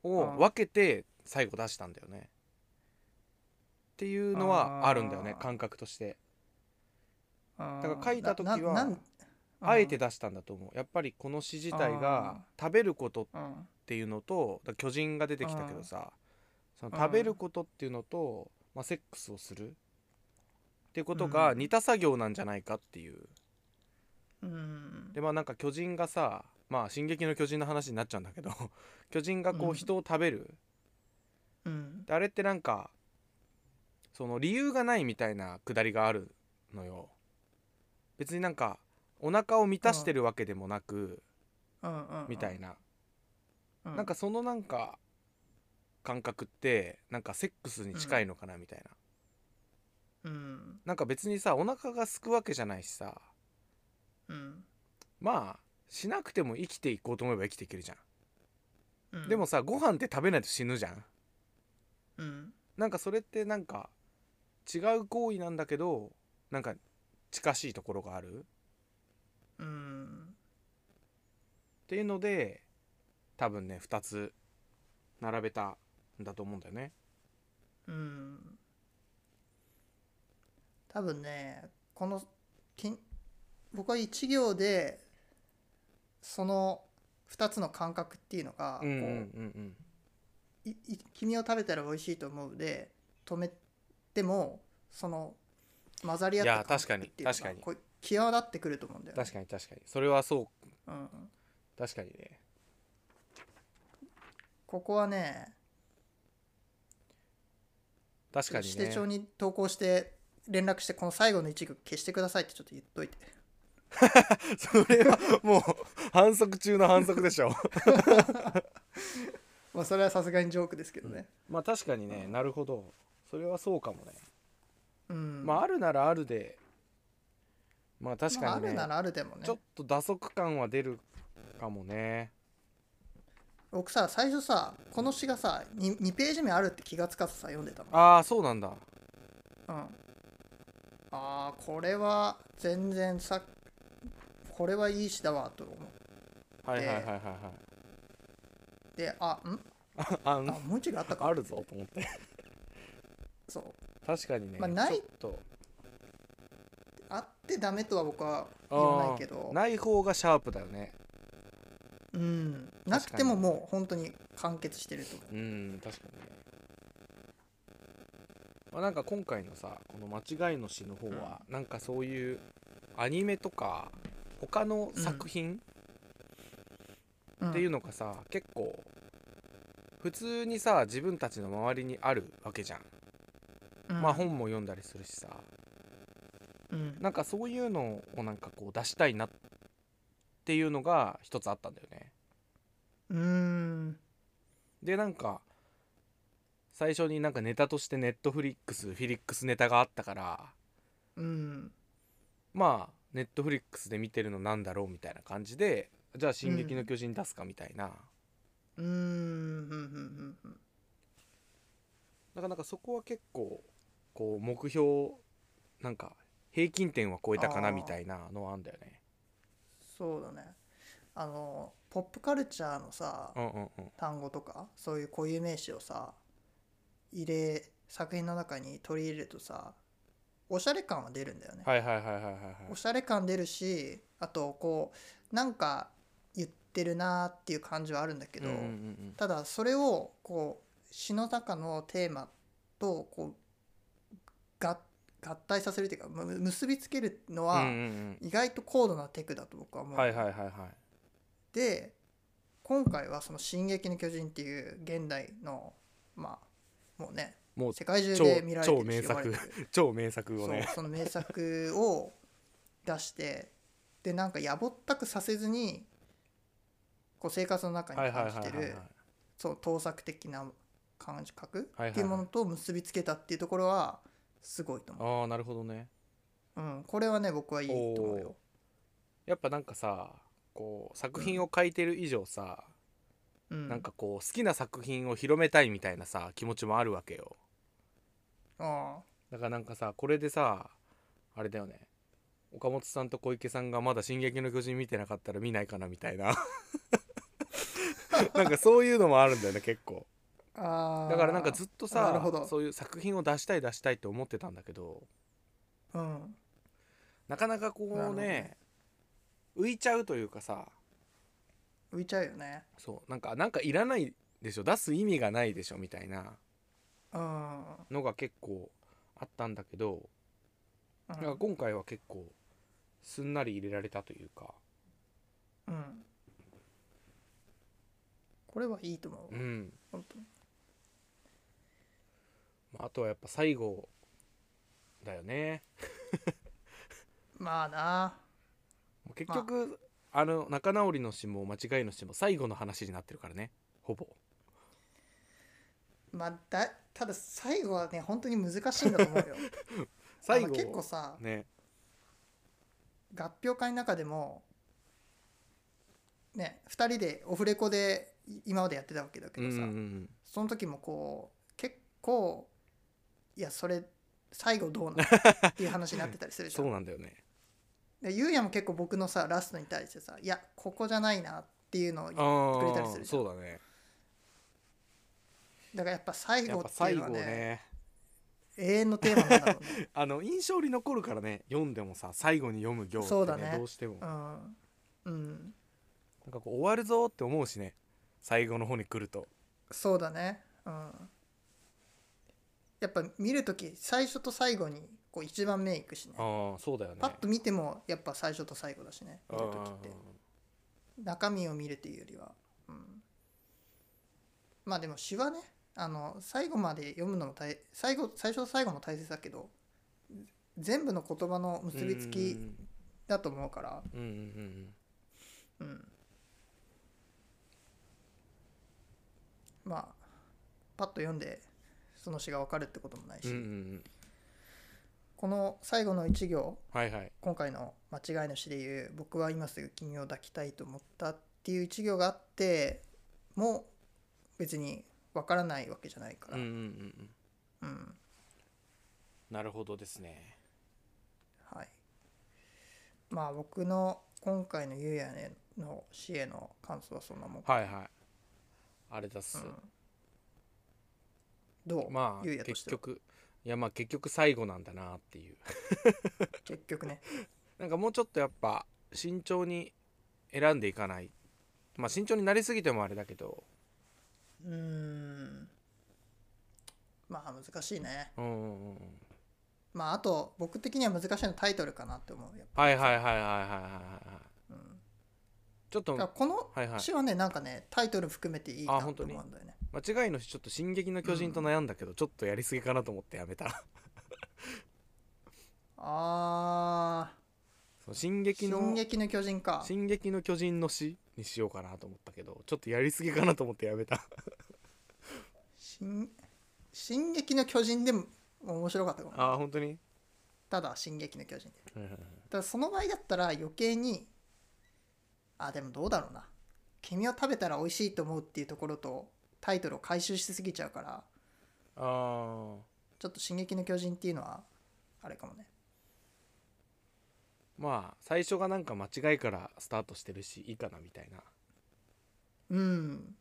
Speaker 2: を分けて最後出したんだよねっていうのはあるんだよね
Speaker 1: あー
Speaker 2: 感覚として
Speaker 1: あー
Speaker 2: だから書いた時は
Speaker 1: なななん
Speaker 2: あえて出したんだと思うやっぱりこの詩自体が食べることっ
Speaker 1: うんうん
Speaker 2: ていうのとだから巨人が出てきたけどさそ
Speaker 1: うん
Speaker 2: の食べることっていうのと、まあ、セックスをするっていうことが
Speaker 1: うん
Speaker 2: 似た作業なんじゃないかっていう
Speaker 1: うん
Speaker 2: でまあなんか巨人がさまあ「進撃の巨人」の話になっちゃうんだけど 巨人がこ
Speaker 1: う
Speaker 2: うん人を食べる、
Speaker 1: うん
Speaker 2: であれってなんかその理由がないみたいなくだりがあるのよ別になんかお腹を満たしてるわけでもなく、
Speaker 1: うんうんうん
Speaker 2: みたいな、
Speaker 1: う
Speaker 2: なんかそのなんか感覚ってなんかセックスに近いのかなみたい
Speaker 1: う
Speaker 2: な、
Speaker 1: ん
Speaker 2: なんか別にさお腹がすくわけじゃないしさ
Speaker 1: うん
Speaker 2: まあしなくても生きていこうと思えば生きていけるじゃん、
Speaker 1: うん
Speaker 2: でもさご飯って食べないと死ぬじゃん
Speaker 1: うん
Speaker 2: なんかそれってなんか違う行為なんだけどなんか近しいところがある
Speaker 1: うん
Speaker 2: っていうので多分ね2つ並べたんだと思うんだよね
Speaker 1: うん多分ねこのきん僕は一行でその2つの感覚っていうのが、
Speaker 2: うんうん
Speaker 1: こう
Speaker 2: うん
Speaker 1: いい君を食べたら美味しいと思うで止めてもその混ざり合った
Speaker 2: いや
Speaker 1: 感
Speaker 2: 確かに
Speaker 1: っていうのが
Speaker 2: 確かに
Speaker 1: こう際立ってくると思うんだ
Speaker 2: うん
Speaker 1: よ、ね、
Speaker 2: 確かに確かにそれはそう
Speaker 1: うんうん、
Speaker 2: 確かにね
Speaker 1: ここはね
Speaker 2: 確かに
Speaker 1: 指定帳
Speaker 2: ね
Speaker 1: に投稿して連絡してこの最後の一行消してくださいってちょっと言っといて
Speaker 2: それはもう反則中の反則でしょ
Speaker 1: まあそれはさすがにジョークですけどね
Speaker 2: まあ確かにね、なるほどそれはそうかもね、
Speaker 1: うん
Speaker 2: まああるならあるでまあ確
Speaker 1: まあ
Speaker 2: かにね、
Speaker 1: あるならあるでもね
Speaker 2: ちょっと打足感は出るかもね
Speaker 1: 僕さ最初さこの詩がさ 2, 2ページ目あるって気がつかずさ読んでたの
Speaker 2: ああそうなんだ
Speaker 1: うん、あーこれは全然さこれはいい詩だわと思っ
Speaker 2: はいはいはいはいはい
Speaker 1: てあん
Speaker 2: ああ
Speaker 1: あ
Speaker 2: ん
Speaker 1: もう一行あったか
Speaker 2: あるぞと思って
Speaker 1: そう
Speaker 2: 確かにね、
Speaker 1: まあない
Speaker 2: ちょっと
Speaker 1: あってダメとは僕は言わないけど
Speaker 2: あーない方がシャープだよね
Speaker 1: うん、なくてももう本当に完結してると思
Speaker 2: うん確かにねまあなんか今回のさこの「間違いの詩」の方は、なんかそういうアニメとか他の作品
Speaker 1: う、うん、
Speaker 2: っていうのがさ、結構普通にさ自分たちの周りにあるわけじゃん、
Speaker 1: うん
Speaker 2: まあ本も読んだりするしさ
Speaker 1: うん
Speaker 2: なんかそういうのをなんかこう出したいなっていうのが一つあったんだよね
Speaker 1: うーん
Speaker 2: でなんか最初になんかネタとしてネットフリックスフィリックスネタがあったから
Speaker 1: うん
Speaker 2: まあネットフリックスで見てるのなんだろうみたいな感じでじゃあ「進撃の巨人」出すかみたいな、
Speaker 1: うーんうんうんうん
Speaker 2: なかなかそこは結構こう目標なんか平均点は超えたかな
Speaker 1: あー
Speaker 2: みたいなのはあんだよね。
Speaker 1: そうだねあのポップカルチャーのさ
Speaker 2: うんうんうん、
Speaker 1: 単語とかそういう固有名詞をさ入れ作品の中に取り入れるとさおしゃれ感は出るんだよね、
Speaker 2: はいはいはいはいはいはい
Speaker 1: おしゃれ感出るしあとこうなんか言ってるなーっていう感じはあるんだけど、
Speaker 2: うんうんうん
Speaker 1: ただそれをこう詩の中のテーマとこうが合体させるっていうかむ結びつけるの
Speaker 2: うん
Speaker 1: は
Speaker 2: うんうん
Speaker 1: 意外と高度なテクだと僕は思う。
Speaker 2: はいはいはいはい
Speaker 1: で今回はその「進撃の巨人」っていう現代のまあもうね
Speaker 2: もう
Speaker 1: 世界中
Speaker 2: 超
Speaker 1: で見られてる
Speaker 2: 超名
Speaker 1: し呼ばれ
Speaker 2: 作
Speaker 1: てる
Speaker 2: 超名作を
Speaker 1: そう
Speaker 2: ね
Speaker 1: その名作を出してでなんかやぼったくさせずにこう生活の中
Speaker 2: はい
Speaker 1: に
Speaker 2: はいは
Speaker 1: 感
Speaker 2: い
Speaker 1: じて
Speaker 2: はい
Speaker 1: る
Speaker 2: はい
Speaker 1: そう盗作的な感覚
Speaker 2: はいはいはい
Speaker 1: っていうものと結びつけたっていうところはすごいと思
Speaker 2: ああなるほどね
Speaker 1: う、うん、これはね僕はいいと思うよ、
Speaker 2: やっぱなんかさこう作品を書いてる以上さ、
Speaker 1: うん、
Speaker 2: なんかこう好きな作品を広めたいみたいなさ気持ちもあるわけよ
Speaker 1: あ
Speaker 2: だからなんかさこれでさあれだよね岡本さんと小池さんがまだ「進撃の巨人」見てなかったら見ないかなみ たいななんかそういうのもあるんだよね結構
Speaker 1: ーあー
Speaker 2: だからなんかずっと
Speaker 1: なる
Speaker 2: さ
Speaker 1: ほど
Speaker 2: そういう作品を出したい出したいって思ってたんだけど
Speaker 1: うん
Speaker 2: なかなかこ
Speaker 1: なる
Speaker 2: う
Speaker 1: ほど
Speaker 2: ね
Speaker 1: ね
Speaker 2: 浮いちゃうというかさ
Speaker 1: 浮いちゃうよね
Speaker 2: そうなんかなんかいらないでしょ出す意味がないでしょみたいな
Speaker 1: うん、うん
Speaker 2: のが結構あったんだけど、なんか今回は結構すんなり入れられたというか
Speaker 1: うんこれはいいと思う、
Speaker 2: うん
Speaker 1: 本当に
Speaker 2: まああとはやっぱ最後だよね
Speaker 1: まあな
Speaker 2: 結局、あ、の仲直りの詩も間違いの詩も最後の話になってるからねほぼ
Speaker 1: まあだただ最後はね本当に難しいんだと思うよ
Speaker 2: 最
Speaker 1: あ
Speaker 2: 後
Speaker 1: の結構さ
Speaker 2: ね
Speaker 1: 合評会の中でもね2人でオフレコでい今までやってたわけだけ
Speaker 2: うん
Speaker 1: ど
Speaker 2: うん
Speaker 1: さ、
Speaker 2: うん
Speaker 1: その時もこう結構いやそれ最後 どうなのっていう話になってたりするじゃ。
Speaker 2: そうんなんだよね
Speaker 1: でゆうやも結構僕のさラストに対してさ「いやここじゃないな」っていうのをだか
Speaker 2: あ
Speaker 1: くれたりする
Speaker 2: あ
Speaker 1: じゃん
Speaker 2: そうだね
Speaker 1: らやっぱ最
Speaker 2: や
Speaker 1: 後
Speaker 2: っ
Speaker 1: っ
Speaker 2: ぱ
Speaker 1: てい
Speaker 2: 最
Speaker 1: うのは
Speaker 2: 後
Speaker 1: ね
Speaker 2: ね
Speaker 1: 永遠のテーマなんだろうね。
Speaker 2: あの印象に残るからね読んでもさ最後に読む行って、ね
Speaker 1: そうだね
Speaker 2: どうしても、
Speaker 1: う
Speaker 2: なん
Speaker 1: ん、うん、
Speaker 2: かこう終わるぞって思うしね最後の方に来ると
Speaker 1: そうだね。うん、やっぱ見る時最初と最後にこう一番目いくしね。
Speaker 2: ああそうだよね
Speaker 1: パッと見てもやっぱ最初と最後だしね見る時って
Speaker 2: うん
Speaker 1: 中身を見るというよりは、うん、まあでも詩はねあの最後まで読むのも大最後最初と最後も大切だけど全部の言葉の結びつきだと思うから、
Speaker 2: うんうんうん
Speaker 1: うん、まあパッと読んでその詩が分かるってこともない
Speaker 2: うんう
Speaker 1: し、
Speaker 2: んうんうん
Speaker 1: この最後の一行
Speaker 2: はいはい
Speaker 1: 今回の「間違いの詩」でいう「僕は今すぐ君を抱きたいと思った」っていう一行があっても別にわからないわけじゃないか
Speaker 2: う
Speaker 1: ら、
Speaker 2: んうんうん
Speaker 1: う
Speaker 2: うん
Speaker 1: ん
Speaker 2: なるほどですね
Speaker 1: はい、まあ僕の今回の「ゆうやね」の詩への感想はそんなもん、
Speaker 2: はいはいあれだっす、
Speaker 1: うんどう、
Speaker 2: ま
Speaker 1: ゆうや
Speaker 2: あ
Speaker 1: とし
Speaker 2: 結
Speaker 1: ては
Speaker 2: 局いやまあ結局最後なんだなっていう
Speaker 1: 結局ね
Speaker 2: なんかもうちょっとやっぱ慎重に選んでいかないまあ慎重になりすぎてもあれだけど
Speaker 1: うーんまあ難しいね
Speaker 2: うんうんうんうん
Speaker 1: まああと僕的には難しいのはタイトルかなって思うやっぱ
Speaker 2: はいはいはいはいはいはいはいちょっと
Speaker 1: だからこの、
Speaker 2: はいはい
Speaker 1: 詩はねなんかねタイトル含めていいな
Speaker 2: あ
Speaker 1: と
Speaker 2: 本
Speaker 1: 思
Speaker 2: 当
Speaker 1: うん
Speaker 2: に
Speaker 1: だよね
Speaker 2: 間違いの日ちょっと「進撃の巨人」と悩んだけど、ちょっとやりすぎかなと思ってやめた
Speaker 1: あ
Speaker 2: その
Speaker 1: ー
Speaker 2: 進
Speaker 1: 「
Speaker 2: 撃の
Speaker 1: 進撃の巨人か」
Speaker 2: 進撃の巨人の詩にしようかなと思ったけどちょっとやりすぎかなと思ってやめた
Speaker 1: 進「進撃の巨人」でも面白かったかも
Speaker 2: ああ本当に
Speaker 1: ただ「進撃の巨人」
Speaker 2: はいはいはい
Speaker 1: ただその場合だったら余計にあでもどうだろうな君を食べたら美味しいと思うっていうところとタイトルを回収しすぎちゃうから
Speaker 2: ああ
Speaker 1: ちょっと「進撃の巨人」っていうのはあれかもね
Speaker 2: まあ最初がなんか間違いからスタートしてるしいいかなみたいな
Speaker 1: うん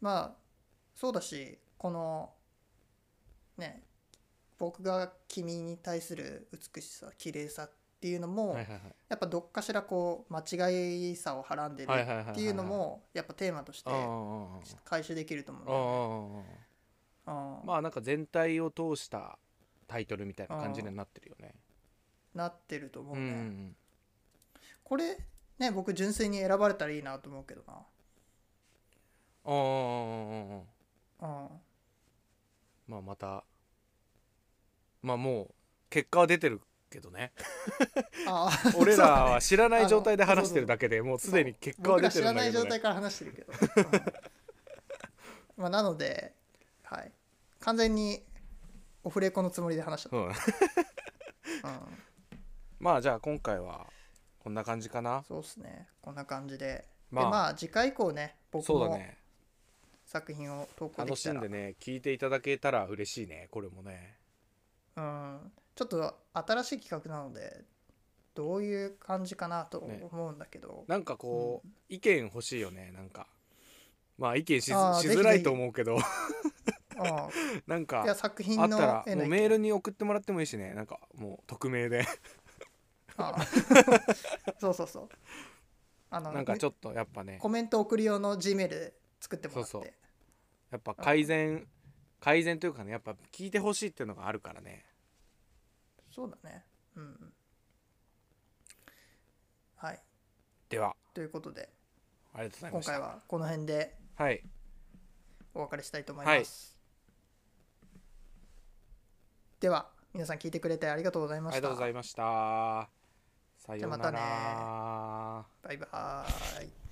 Speaker 1: まあそうだしこのね僕が君に対する美しさ綺麗さっていうのも、
Speaker 2: はいはいはい
Speaker 1: やっぱどっかしらこう間違いさをはらんでる
Speaker 2: はいはいはいはいはい
Speaker 1: っていうのもやっぱテーマとして
Speaker 2: あー
Speaker 1: 回収できると思
Speaker 2: あー
Speaker 1: う
Speaker 2: あーあ
Speaker 1: うん
Speaker 2: ーまあなんか全体を通したタイトルみたいな感じになってるよね
Speaker 1: なってると思う
Speaker 2: う
Speaker 1: ね、
Speaker 2: んうんうん
Speaker 1: これね僕純粋に選ばれたらいいなと思うけど
Speaker 2: ああ
Speaker 1: な、うん、
Speaker 2: まあまたまあもう結果は出てるけどね
Speaker 1: あー
Speaker 2: 俺 ら
Speaker 1: そうだね
Speaker 2: は知らない状態で話してるだけでもうすでに結果は
Speaker 1: 僕
Speaker 2: 出
Speaker 1: ら
Speaker 2: て
Speaker 1: 知
Speaker 2: る
Speaker 1: ら
Speaker 2: んだ
Speaker 1: な
Speaker 2: け
Speaker 1: い
Speaker 2: ど、
Speaker 1: 状
Speaker 2: ね
Speaker 1: 態、から話してるけど、うんまあなので、はい、完全にオフレコのつもりで話しちゃっ
Speaker 2: うん
Speaker 1: た、うん、
Speaker 2: まあじゃあ今回はこんな感じかな
Speaker 1: そうですねこんな感じで、
Speaker 2: まあ
Speaker 1: でまあ次回以降ね僕
Speaker 2: そうだ
Speaker 1: も
Speaker 2: ね
Speaker 1: 作品を投稿で
Speaker 2: 楽
Speaker 1: き
Speaker 2: したん
Speaker 1: ら
Speaker 2: でね聞いていただけたら嬉しいねこれもね
Speaker 1: うん、ちょっと新しい企画なのでどういう感じかなと
Speaker 2: ね
Speaker 1: 思うんだけど、
Speaker 2: なんかこう、意見欲しいよねなんかまあ意見しず
Speaker 1: あー
Speaker 2: し
Speaker 1: ぜひ
Speaker 2: づら
Speaker 1: ぜ
Speaker 2: い
Speaker 1: ひ
Speaker 2: と思うけど
Speaker 1: う
Speaker 2: な
Speaker 1: ん、
Speaker 2: ん
Speaker 1: いや
Speaker 2: か
Speaker 1: 作
Speaker 2: あ
Speaker 1: 品
Speaker 2: っ
Speaker 1: の
Speaker 2: たら
Speaker 1: 絵の
Speaker 2: もう
Speaker 1: 意見
Speaker 2: メールに送ってもらってもいいしねなんかもう匿名で
Speaker 1: あそうそうそうあの
Speaker 2: なんかちょっとやっぱね
Speaker 1: コメント送る用の G メール作ってもらって
Speaker 2: そうそうやっぱ改善改善というかねやっぱ聞いてほしいっていうのがあるからね
Speaker 1: そうだねうんはい
Speaker 2: では
Speaker 1: ということで
Speaker 2: ありがとうござい
Speaker 1: 今
Speaker 2: ました
Speaker 1: 回はこの辺で
Speaker 2: はい
Speaker 1: お別れしたいと思います、では皆さん聞いてくれてありがとうござい
Speaker 2: あ
Speaker 1: ま
Speaker 2: り
Speaker 1: し
Speaker 2: がとう
Speaker 1: た
Speaker 2: ございましたさような
Speaker 1: じゃ
Speaker 2: ら
Speaker 1: あまバイバーイ